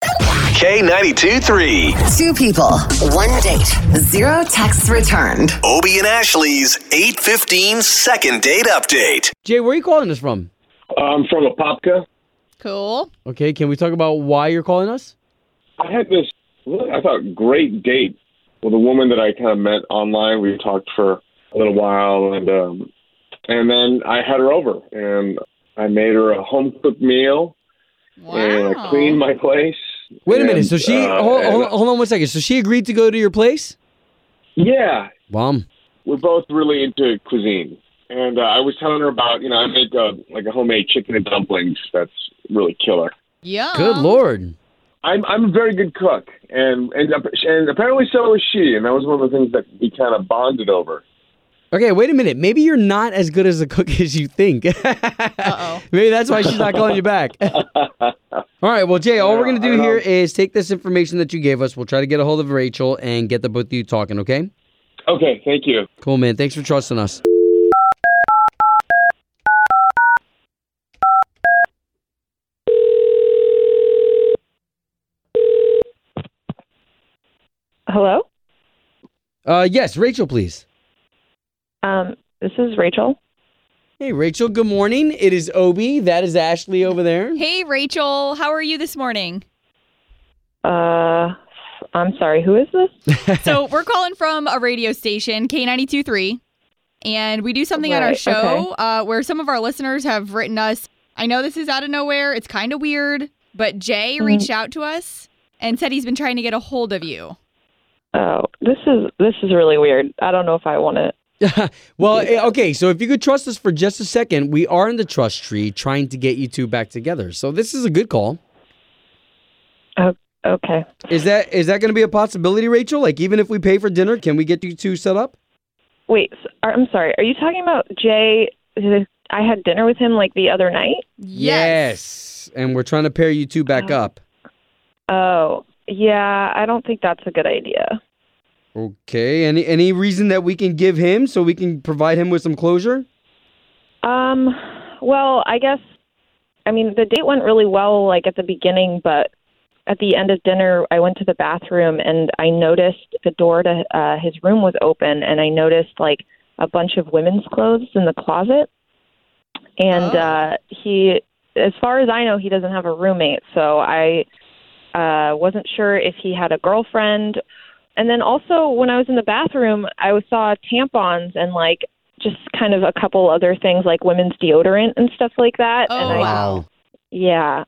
K92 3. Two people, one date, zero texts returned. Obie and Ashley's 815 second date update. Jay, where are you calling us from? I'm from Apopka. Cool. Okay, can we talk about why you're calling us? I had this, I thought, great date with a woman that I kind of met online. We talked for a little while, and um, and then I had her over, and I made her a home cooked meal, Wow. and I cleaned my place. Wait a minute. and, So she uh, hold, and- hold, hold on one second. So she agreed to go to your place? yeah, Bomb. we're both really into cuisine, and uh, I was telling her about you know I make uh, like a homemade chicken and dumplings that's really killer. Yeah. Good lord. I'm I'm a very good cook, and and and apparently so is she, and that was one of the things that we kind of bonded over. Okay, wait a minute. Maybe you're not as good as a cook as you think. Uh-oh. Maybe that's why she's not calling you back. all right, well, Jay, all we're going to do I know. here is take this information that you gave us. We'll try to get a hold of Rachel and get the both of you talking, okay? Okay, thank you. Cool, man. Thanks for trusting us. Hello. Uh, yes, Rachel, please. Um, this is Rachel. Hey, Rachel, good morning. It is Obi. That is Ashley over there. Hey, Rachel. How are you this morning? Uh, I'm sorry. Who is this? so we're calling from a radio station, K92.3, and we do something on our Right, show okay. uh, where some of our listeners have written us. I know this is out of nowhere. It's kind of weird, but Jay Mm-hmm. reached out to us and said he's been trying to get a hold of you. Oh, this is this is really weird. I don't know if I want it. well, eh, okay, so if you could trust us for just a second, we are in the trust tree trying to get you two back together. So this is a good call. Oh, okay. Is that is that going to be a possibility, Rachel? Like even if we pay for dinner, can we get you two set up? Wait. s- are- I'm sorry. Are you talking about Jay? I had dinner with him like the other night. Yes. And we're trying to pair you two back Uh-huh. up. Oh, yeah. I don't think that's a good idea. Okay. Any any reason that we can give him so we can provide him with some closure? Um, well, I guess. I mean, the date went really well, like at the beginning, but at the end of dinner, I went to the bathroom and I noticed the door to uh, his room was open, and I noticed like a bunch of women's clothes in the closet. And Oh. uh, he, as far as I know, he doesn't have a roommate, so I uh, wasn't sure if he had a girlfriend. And then also, when I was in the bathroom, I saw tampons and like just kind of a couple other things like women's deodorant and stuff like that. Oh, and I, wow. yeah.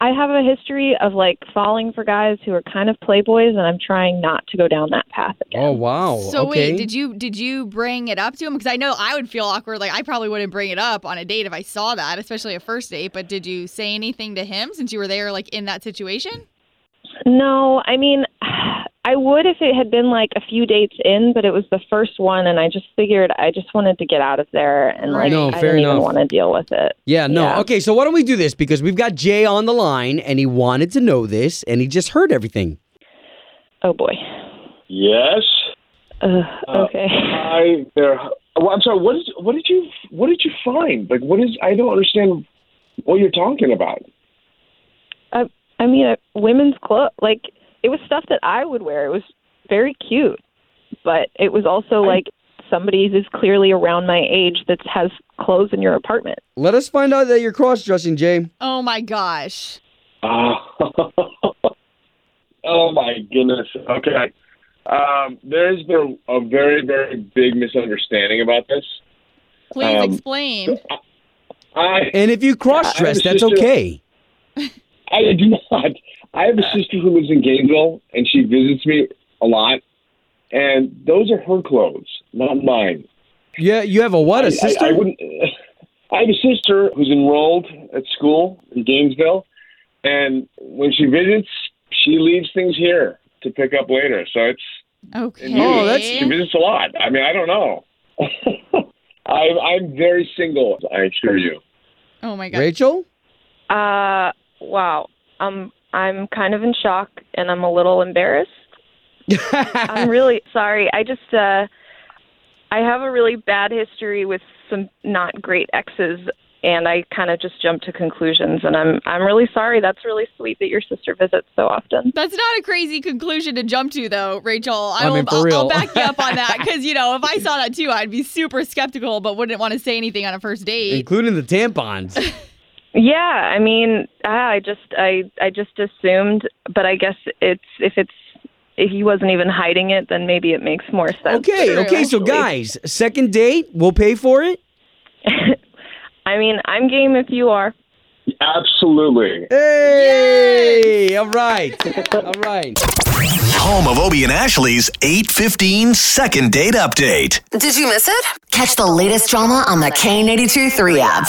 I have a history of like falling for guys who are kind of playboys, and I'm trying not to go down that path again. Oh wow. so okay. wait, did you did you bring it up to him? Because I know I would feel awkward. Like I probably wouldn't bring it up on a date if I saw that, especially a first date. But did you say anything to him since you were there, like in that situation? No, I mean, I would if it had been like a few dates in, but it was the first one, and I just figured I just wanted to get out of there, and like No, I fair didn't even enough. want to deal with it. Yeah, no. Yeah. Okay, so why don't we do this? Because we've got Jay on the line and he wanted to know this and he just heard everything. Oh boy. Yes. Ugh, okay. I there. Well, I'm sorry. What is? What did you? What did you find? Like, what is? I don't understand what you're talking about. I, I mean, uh, women's clothes, like it was stuff that I would wear. It was very cute, but it was also like somebody who's clearly around my age that has clothes in your apartment. Let us find out that you're cross dressing, Jay. Oh my gosh. Ah. oh my goodness. Okay. Um, there's been a very, very big misunderstanding about this. Please Um, explain. I And if you cross dress, Yeah, I that's was just- okay. I do not. I have a sister who lives in Gainesville, and she visits me a lot. And those are her clothes, not mine. Yeah, you have a what? A I- sister? I, I wouldn't. I have a sister who's enrolled at school in Gainesville, and when she visits, she leaves things here to pick up later. So it's Okay. Oh, that's she visits a lot. I mean, I don't know. I'm I'm very single. I assure you. Oh my god. Rachel? Uh, wow. Um, I'm kind of in shock and I'm a little embarrassed. I'm really sorry. I just, uh, I have a really bad history with some not great exes, and I kind of just jumped to conclusions. And I'm, I'm really sorry. That's really sweet that your sister visits so often. That's not a crazy conclusion to jump to, though, Rachel. I, I will, mean, for I'll, real. I'll back you up on that because you know if I saw that too, I'd be super skeptical, but wouldn't want to say anything on a first date. Including the tampons. Yeah, I mean, ah, I just, I, I just assumed, but I guess it's if it's if he wasn't even hiding it, then maybe it makes more sense. Okay, True. okay, so guys, second date, we'll pay for it. I mean, I'm game if you are. Absolutely. Hey! All right. All right. Home of Obie and Ashley's 815 second date update. Did you miss it? Catch the latest drama on the K82 3 app.